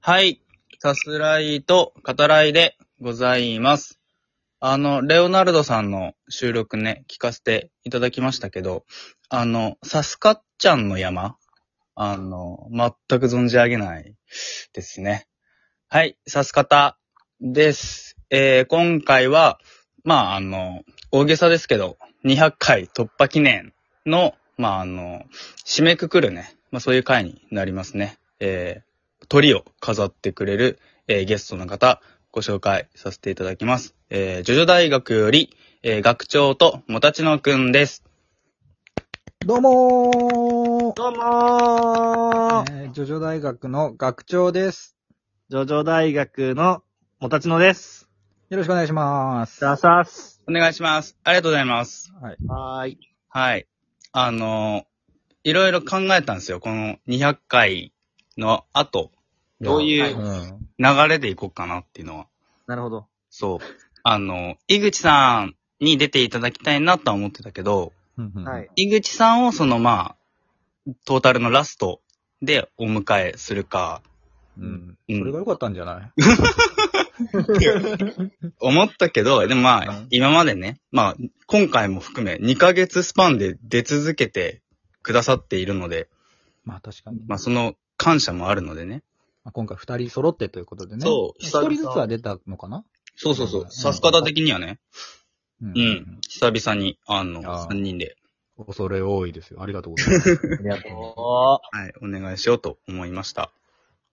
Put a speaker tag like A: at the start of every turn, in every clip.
A: はい。さすらいと語らいでございます。あの、レオナルドさんの収録ね、聞かせていただきましたけど、あの、サスカッチャンの山あの、全く存じ上げないですね。はい、サスカタです。えー、今回は、まあ、あの、大げさですけど、200回突破記念の、まあ、あの、締めくくるね、まあ、そういう回になりますね。えー、鳥を飾ってくれる、えーゲストの方、ご紹介させていただきます。えー、ジョジョ大学より、えー学長と、もたちのくんです。
B: どうも
C: どうも
B: ー、えー、ジョジョ大学の学長です。
C: ジョジョ大学のもたちのです。
B: よろしくお願いします。
C: ダサス。
A: お願いします。ありがとうございます。
C: はーい。
A: はい。あの、いろいろ考えたんですよ。この200回の後、どういう
B: うん。
A: 流れでいこうかなっていうのは。
C: なるほど。
A: そう。あの、井口さんに出ていただきたいなとは思ってたけど、
B: うんうん
C: はい。。
A: 井口さんをそのまあ、トータルのラストでお迎えするか、
B: うん。
A: うん
B: それが良かったんじゃない
A: 思ったけど、でもま
B: う
A: あ
B: ん、
A: 今までね、まあ、今回も含め2ヶ月スパンで出続けてくださっているので、
B: まあ確かに。
A: まあその感謝もあるのでね。
B: まあ、今回二人揃ってということでね。
A: そう
B: 一人ずつは出たのかな
A: そうそうそう
B: う。ん
A: さす方的にはね、
B: う
A: うん。。久々に、あの、
B: あー
A: 3人で、
B: 恐れ多いですよ。ありがとうござい ます。
C: ありがと
A: はい、お願いしようと思いました。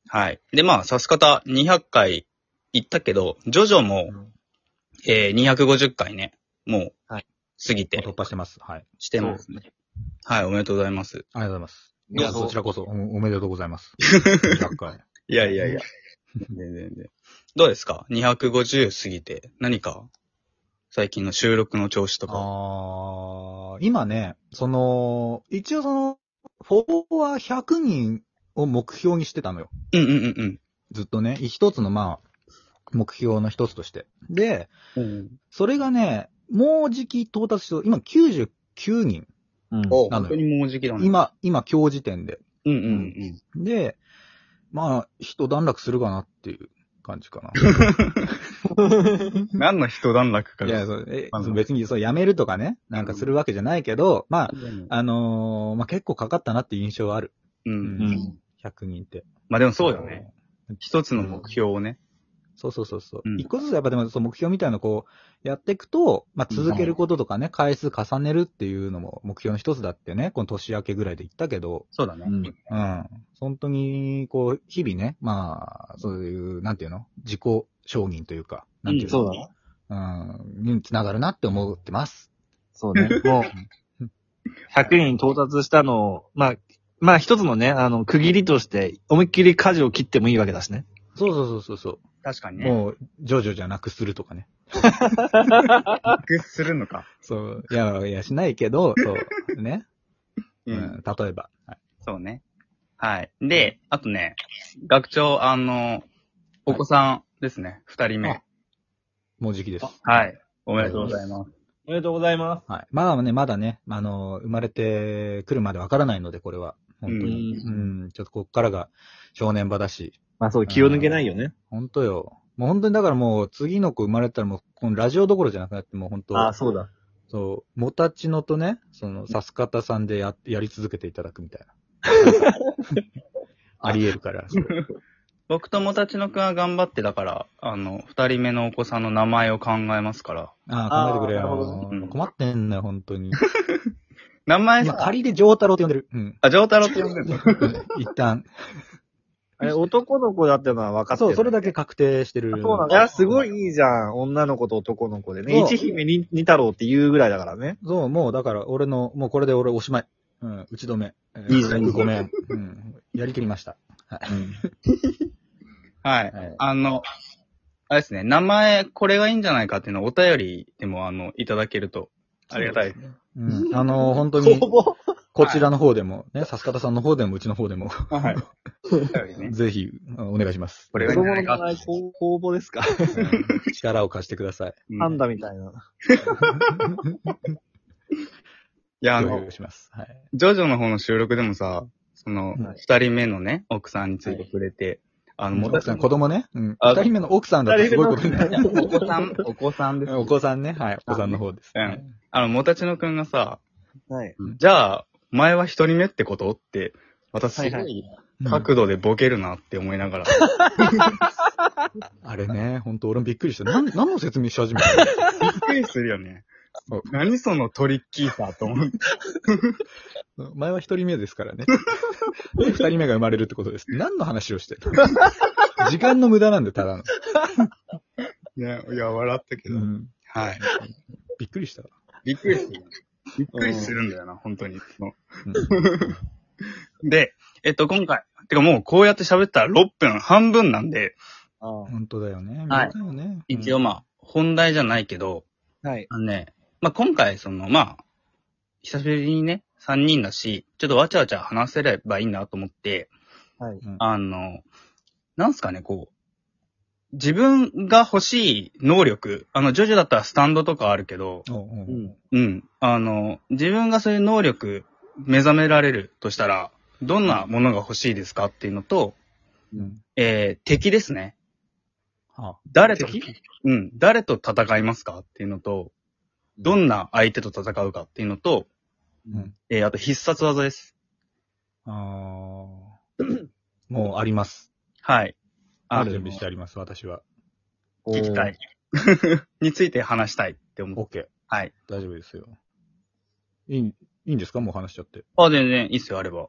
A: はい。で、まあ、さす方200回行ったけど、ジョジョも、
C: うん
A: えー、250回ね、もう、
C: はい
A: 過ぎて
B: 突、破してます。はい。
A: してますね。はい、おめでとうございます。
B: ありがとうございます。
C: いやそう
B: こちらこそ、うんおめでとうござい ます。100回。
A: いやいやいや。全然全然。どうですか ?250 過ぎて、何か、最近の収録の調子とか。
B: あー今ね、その、一応その、フォロワー100人を目標にしてたのよ。
A: うんうんうん
B: ずっとね、一つのまあ、目標の一つとして。で、
A: うん。うん、
B: それがね、もうじき到達しそう、今99人。
C: う。うん。
A: お
B: なの
A: 本
B: よ
A: 当にもうじきだね。
B: 今、今今日時点で。
A: うんうんうん。
B: で、まあ、一段落するかなっていう感じかな。
A: 何の人段落か
B: い
A: が
B: や、そうえ
A: あの
B: 別にそうやめるとかね、なんかするわけじゃないけど、まあ、あのーまあ結構かかったなっていう印象はある。
A: うん
C: うん。
B: 100人って。
A: まあでもそうよね。。一つの目標をね。
B: そうそうそうそう
A: う。ん
B: 一個ずつやっぱでもその目標みたいなのをこう、やっていくと、まあ続けることとかね、回数重ねるっていうのも目標の一つだってね、この年明けぐらいで言ったけど、
A: そうだね
C: うん
B: うん。本当に、こう、日々ね、まあ、そういう、なんていうの自己承認というか、なんていうう
A: そ
B: の、
C: そうだね。
B: うん、につながるなって思ってます。
C: そうね。もう、100人到達したのを、まあ、まあ一つのね、あの、区切りとして、思いっきり舵を切ってもいいわけだしね。
B: そうそうそうそう。
A: 確かに
B: う
A: ね。
B: もう、ジョジョじゃなくするとかね。
A: 楽するのか。
B: そう、いや、いや、しないけど、そう、ね。
A: う。
B: うんん、例えば。はい
A: そうね。はい。で、あとね、学長、あの、お子さんですね。二人目
B: あ。もう時期です。
A: はい。おめでとうございます。
C: おめでとうございます。
B: はい。まあね、まだね、あの、生まれてくるまでわからないので、これは。本当に。
C: う
B: うんん、ちょっとこっからが正念場だし。
C: まあそう、気を抜けないよね。
B: 本当よ。もう本当にだからもう次の子生まれたらもうこのラジオどころじゃなくなってもう本当、
C: ああ、そうだ。
B: そう、もたちのとね、その、さす方さんでや、やり続けていただくみたい な。あり得るから。そう
A: 僕ともたちのくんは頑張って、だから、あの、二人目のお子さんの名前を考えますから。
B: ああ、考えてくれ
C: あーなるほ
B: よ
A: ど。ね
B: うん困ってんのよ、本当に。
A: 名前
B: 今、
A: さ、
B: 仮で上太郎って呼んでる。 うん。
A: あ、上太郎って呼んでるの
B: 一旦。
C: あれ、男の子だってのは分かってる
B: そう、それだけ確定してる。
C: あそうなんだ。いや、すごいいいじゃん。女の子と男の子でね。
B: そう
C: 一姫に二太郎って言うぐらいだからね。
B: そう、もうだから俺の、もうこれで俺おしまい。うん、打ち止め。えー
A: いいじゃんいいじゃん
B: ごめん。うん。やりきりました。
A: はい
B: は。い
A: あの、あれですね、名前、これがいいんじゃないかっていうのをお便りでも、あの、いただけると、ありがたい。
B: うん。あのー、本当に、
C: ぼ
B: こちらの方でも、ね、さす方さんの方でも、うちの方でも、
A: はい。お便りね。
B: ぜひ、うんお願いします。
A: これ
C: 子
A: がいいん
C: 供
A: じゃ
C: の
A: ない
C: 名
A: か。
C: 前公公募ですか
B: うん力を貸してください。
A: な
C: パンダみたいな。
A: い や、あ
B: お
A: の
B: 願い、します。はい。
A: ジョジョの方の収録でもさ、その
B: は、
A: 二人目のね、奥さんについて触れて、あの、も
B: 奥
A: た
B: さん、子供ね。うん。
A: あ
B: 二人目の奥さんだとすごいことになる。
A: お子さん、お子さんです。
B: お子さんね。はい。お子さんの方です、
A: うんあの、もたちのくんがさ、
C: はい。
A: じゃあ、お前は一人目ってことって、またすご
C: はいはい
A: 角度でボケるなって思いながら、
B: あれね、本当俺もびっくりした。なん、何の説明し始めたの
A: びっくりするよね
B: そう。
A: 何そのトリッキーさと思って。
B: 前は一人目ですからね。 で二人目が生まれるってことです。何の話をしてる時間の無 駄なんで、ただの。
A: ね、いや、笑ったけど。
B: うん。
A: はい。
B: びっくりした。
A: びっくりする。びっくりするんだよな、本当に。その
B: うん
A: で、えっと、今回、てかもうこうやって喋ったら6分、半分なんで、
C: あ
B: 本当だよね。
A: はい
B: 短よね。
A: 一応まあ、本題じゃないけど、
C: あ。はい。
A: あのね、まあ今回、その、まあ、久しぶりにね、3人だし、ちょっとわちゃわちゃ話せればいいなと思って、
C: はい。
A: あの、なんすかね、こう、自分が欲しい能力、あの、ジョジョだったらスタンドとかあるけど、
B: うん。おうおう
C: うん。
A: うん。あの、自分がそういう能力目覚められるとしたら、どんなものが欲しいですかっていうのと、
B: うん。
A: えー、敵ですね。
B: は
A: 誰と
C: 敵、
A: うん、誰と戦いますかっていうのと、どんな相手と戦うかっていうのと、
B: うん
A: えー、あと必殺技です。
B: あ。あーもうあります。
A: はい。あ
B: 準備
A: の
B: してあります、私は。
A: 聞きたい。 について話したいって思って。
B: OK。
A: はい。
B: 大丈夫ですよ。いい、いいんですかもう話しちゃって。
A: あ、全然いいっすよ、あれば。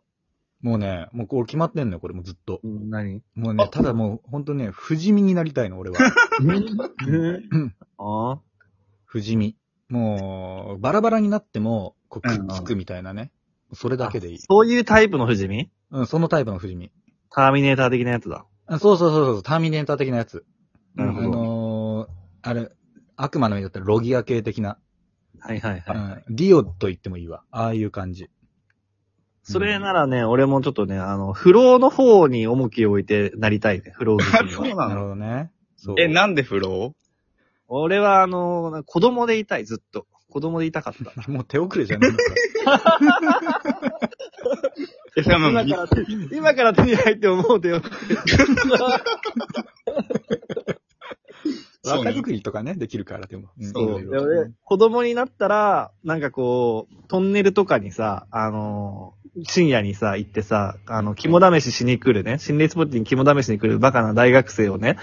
B: もうね、もうこれ決まってんのよ、これもうずっと。
C: おー。うん何
B: もうね、ただもう、ほんとね、不死身になりたいの、俺は。
C: ああ。
B: 不死身。もう、バラバラになっても、こう、くっつくみたいなね。それだけでいい。
C: そういうタイプの不死身
B: うん、そのタイプの不死身。
C: ターミネーター的なやつだ。
B: あそうそうそうそう、ターミネーター的なやつ。
C: なるほど
B: あのー、あれ、悪魔の実だったらロギア系的な。
C: はいはいはい。
B: うん、ディオと言ってもいいわ。ああいう感じ。
C: それならね、俺もちょっとね、あの、不老の方に重きを置いてなりたいね、不 老不死
A: そう
C: には。
A: な
B: なるほ
A: の
B: どね。そう。
A: え、なんで不老
C: 俺は、あの、子供でいたい、ずっと。子供でいたかった。
B: もう手遅れじゃ ないのか。
A: え、でも
C: 今から、今から手に入って思う てよ。
A: そうね
B: 若作りとかね、できるから、でも。ん
A: そう
B: い
C: で
B: ろいろ
C: 俺子供になったら、なんかこう、トンネルとかにさ、あのー深夜にさ、行ってさ、あの、肝試ししに来るね、心霊スポットに肝試しに来るバカな大学生をね、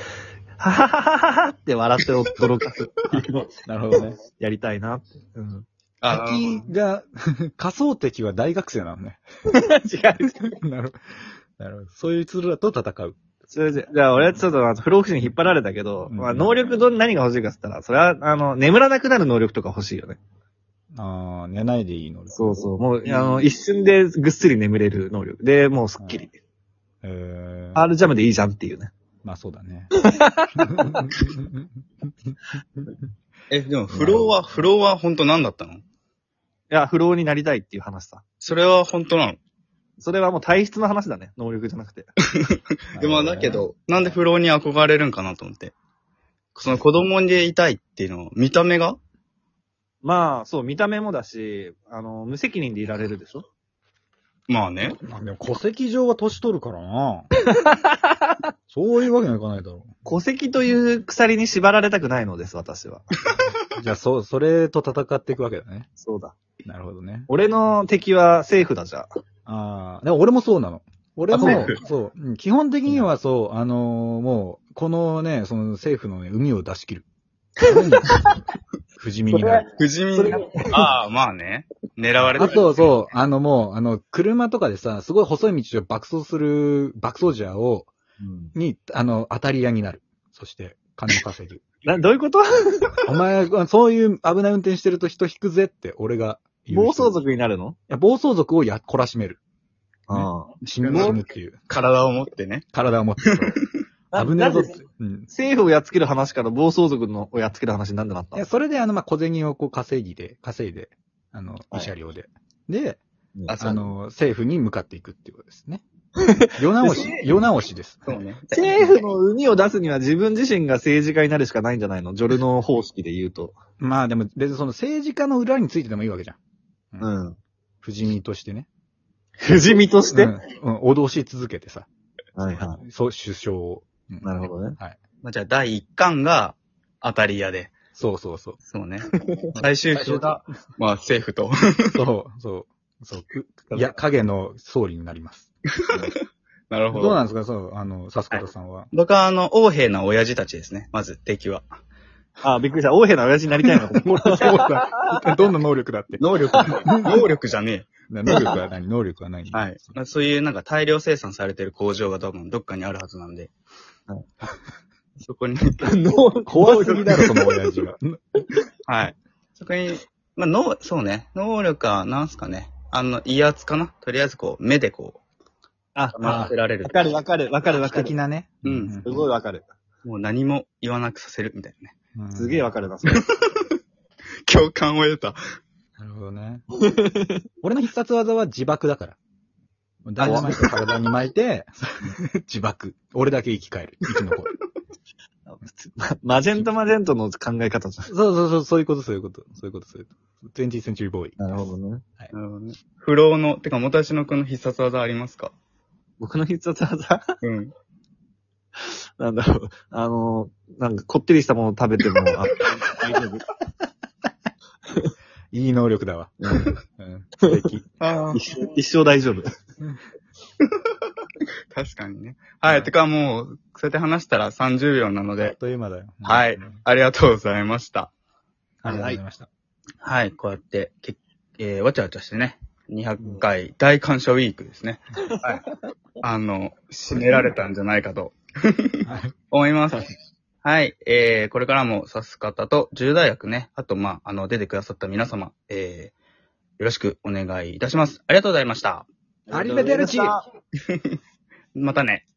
C: ははははははって笑って驚かす。
B: なるほど ね。
C: やりたいなって。うん。
A: あ
B: 敵が、 仮想敵は大学生 なのね。
C: 違う。
B: なるほど。なるほど。そういうツールだと戦う。
C: それでじゃあ、俺はちょっと、あの不老不死に引っ張られたけど、
B: うん
C: まあ、能力ど、何が欲しいかって言ったら、それは、あの、眠らなくなる能力とか欲しいよね。
B: ああ、寝ないでいいの。
C: そうそう。もう、
A: うん
C: あの、一瞬でぐっすり眠れる能力。で、もうすっきり。
B: えー、
C: R ジャムでいいじゃんっていうね。
B: まあそうだね。
A: え、でも不老は、不老は本当なんだったの
C: いや、不老になりたいっていう話さ。
A: それは本当なの
C: それはもう体質の話だね。能力じゃなくて。
A: でもだけど、なんで不老に憧れるんかなと思って。その子供でいたいっていうのは、見た目が
C: まあ、そう、見た目もだし、あの、無責任でいられるでしょ
A: まあね。
B: まあでも戸籍上は年取るから な。そういうわけにはいかないだろ
C: 戸籍という鎖に縛られたくないのです、私は。
B: う。じゃあ、そう、それと戦っていくわけだね。
C: そうだ。
B: なるほどね。
C: 俺の敵は政府だじゃあ。
B: ああ、でも俺もそうなの。俺も
C: あそう、
B: そう、うん基本的にはそう、あのーもう、このね、その政府のね、海を出し切 る。不死身になる。
A: 不死身
C: それ
A: に。ああ、まあね。狙われ
B: あ
A: て
B: と、そう、あのもう、あの、車とかでさ、すごい細い道を爆走する、爆走ジャーを、に、あの、当たり屋になる。そして、金を稼ぐ。
C: な、どういうこと
B: お前、そういう危ない運転してると人引くぜって、俺が言う
C: 暴
B: 人
C: 走
B: い
C: 族になるの
B: や、暴走族をや、懲らしめる。
C: あ
B: 死ぬ死ぬっていう。
A: 体を持ってね。
B: 体を持ってそう。
C: あ。
B: 危ねえぞ
C: な
B: っ
C: んで
B: て。うん。
C: 政府をやっつける話から暴走族のをやっつける話になんでなった
B: いや、
C: の
B: それで、あの、まあ、小銭をこう稼ぎで、稼いで、あの、
C: い
B: 慰謝料で。で、
A: あ、
B: あ
A: そうね。
B: の、政府に向かっていくっていうことですね。世直し、世直しです。
A: そうね。
C: 政府の海を出すには自分自身が政治家になるしかないんじゃないのジョルノ方式で言うと。
B: まあでも、別にその政治家の裏についてでもいいわけじゃん。
C: うん。
B: 不死身としてね。
C: 不死身として、
B: うん、うん、脅し続けてさ。
C: はいは
B: そう、首相を。うん
C: なるほどね。
B: はい。
A: まあ、じゃあ第1巻が当たり屋で。
B: そうそうそう。
A: そう ね。最終
B: 最終
A: 章
B: が
A: が、まあ政府と。
B: そう、そう、そうく。いや、影の総理になります。
A: なる
B: ど
A: ほ
B: う
A: ど。
B: なんですかそう、あの、サスカタさんは。
A: 僕はあの、横兵な親父たちですね。まず、敵は。
C: あ、びっくりした。王兵の親父になりたいの。
B: もうそうだ どんな能力だ って。
A: 能力、能力じゃね
B: 能力は何能力は何
A: え。はい。まあそういうなんか大量生産されてる工場が多分どっかにあるはずなんで。
C: は
A: そこに、
B: 怖すぎだろ、その親父が。
A: はい。そこに、まあ、能、そうね。能力は、なんすかね。あの、威圧かなとりあえずこう、目でこ
C: あ
A: う、、任せられる
C: わ。かるわかるわかるわか
B: 的
C: る。
B: なね。
A: うん
C: すごいわかる。
A: もう何も言わなくさせるみたいなね。
B: うん
C: すげえわかるな、そ れ。
A: 共感を得た。
B: なるほど ね。俺の必殺技は自爆だから。ダイナマイトを体に巻い て、自爆。俺だけ生き返る。生き残る。
C: マジェントマジェントの考え方じゃ
B: そうそうそう、そういうこと、そういうこと。そういうこと、そういうこと。20th century boy。
C: ん。なるほどね。
A: なるほどね。不老の、てか、もたしのくんの必殺技ありますか
C: 僕の必殺技
A: うん。
C: なんだろう。あの、なんかこってりしたもの食べても、あ大 丈夫。
B: いい能力だわ。うん。素敵。
A: ああ。
C: 一生一生大丈夫。
A: 確かにね。はい。てか、もう、そうやって話したら30秒なの
B: あっ
A: で、
B: という間だよ。
A: はい
B: うん。
A: ありがとうございました。
B: ありがとうございました。
A: はい、こうやって、けえー、わちゃわちゃしてね、200回、大感謝ウィークですね。はい。あの、締められたんじゃないかと
B: はい
A: 思います。はい、えー、これからも指す方と、重大役ね、あと、まあ、あの、出てくださった皆様、えー、よろしくお願いいたします。ありがとうございました。
B: アリベデルチ
C: ありがとうございました
A: またね。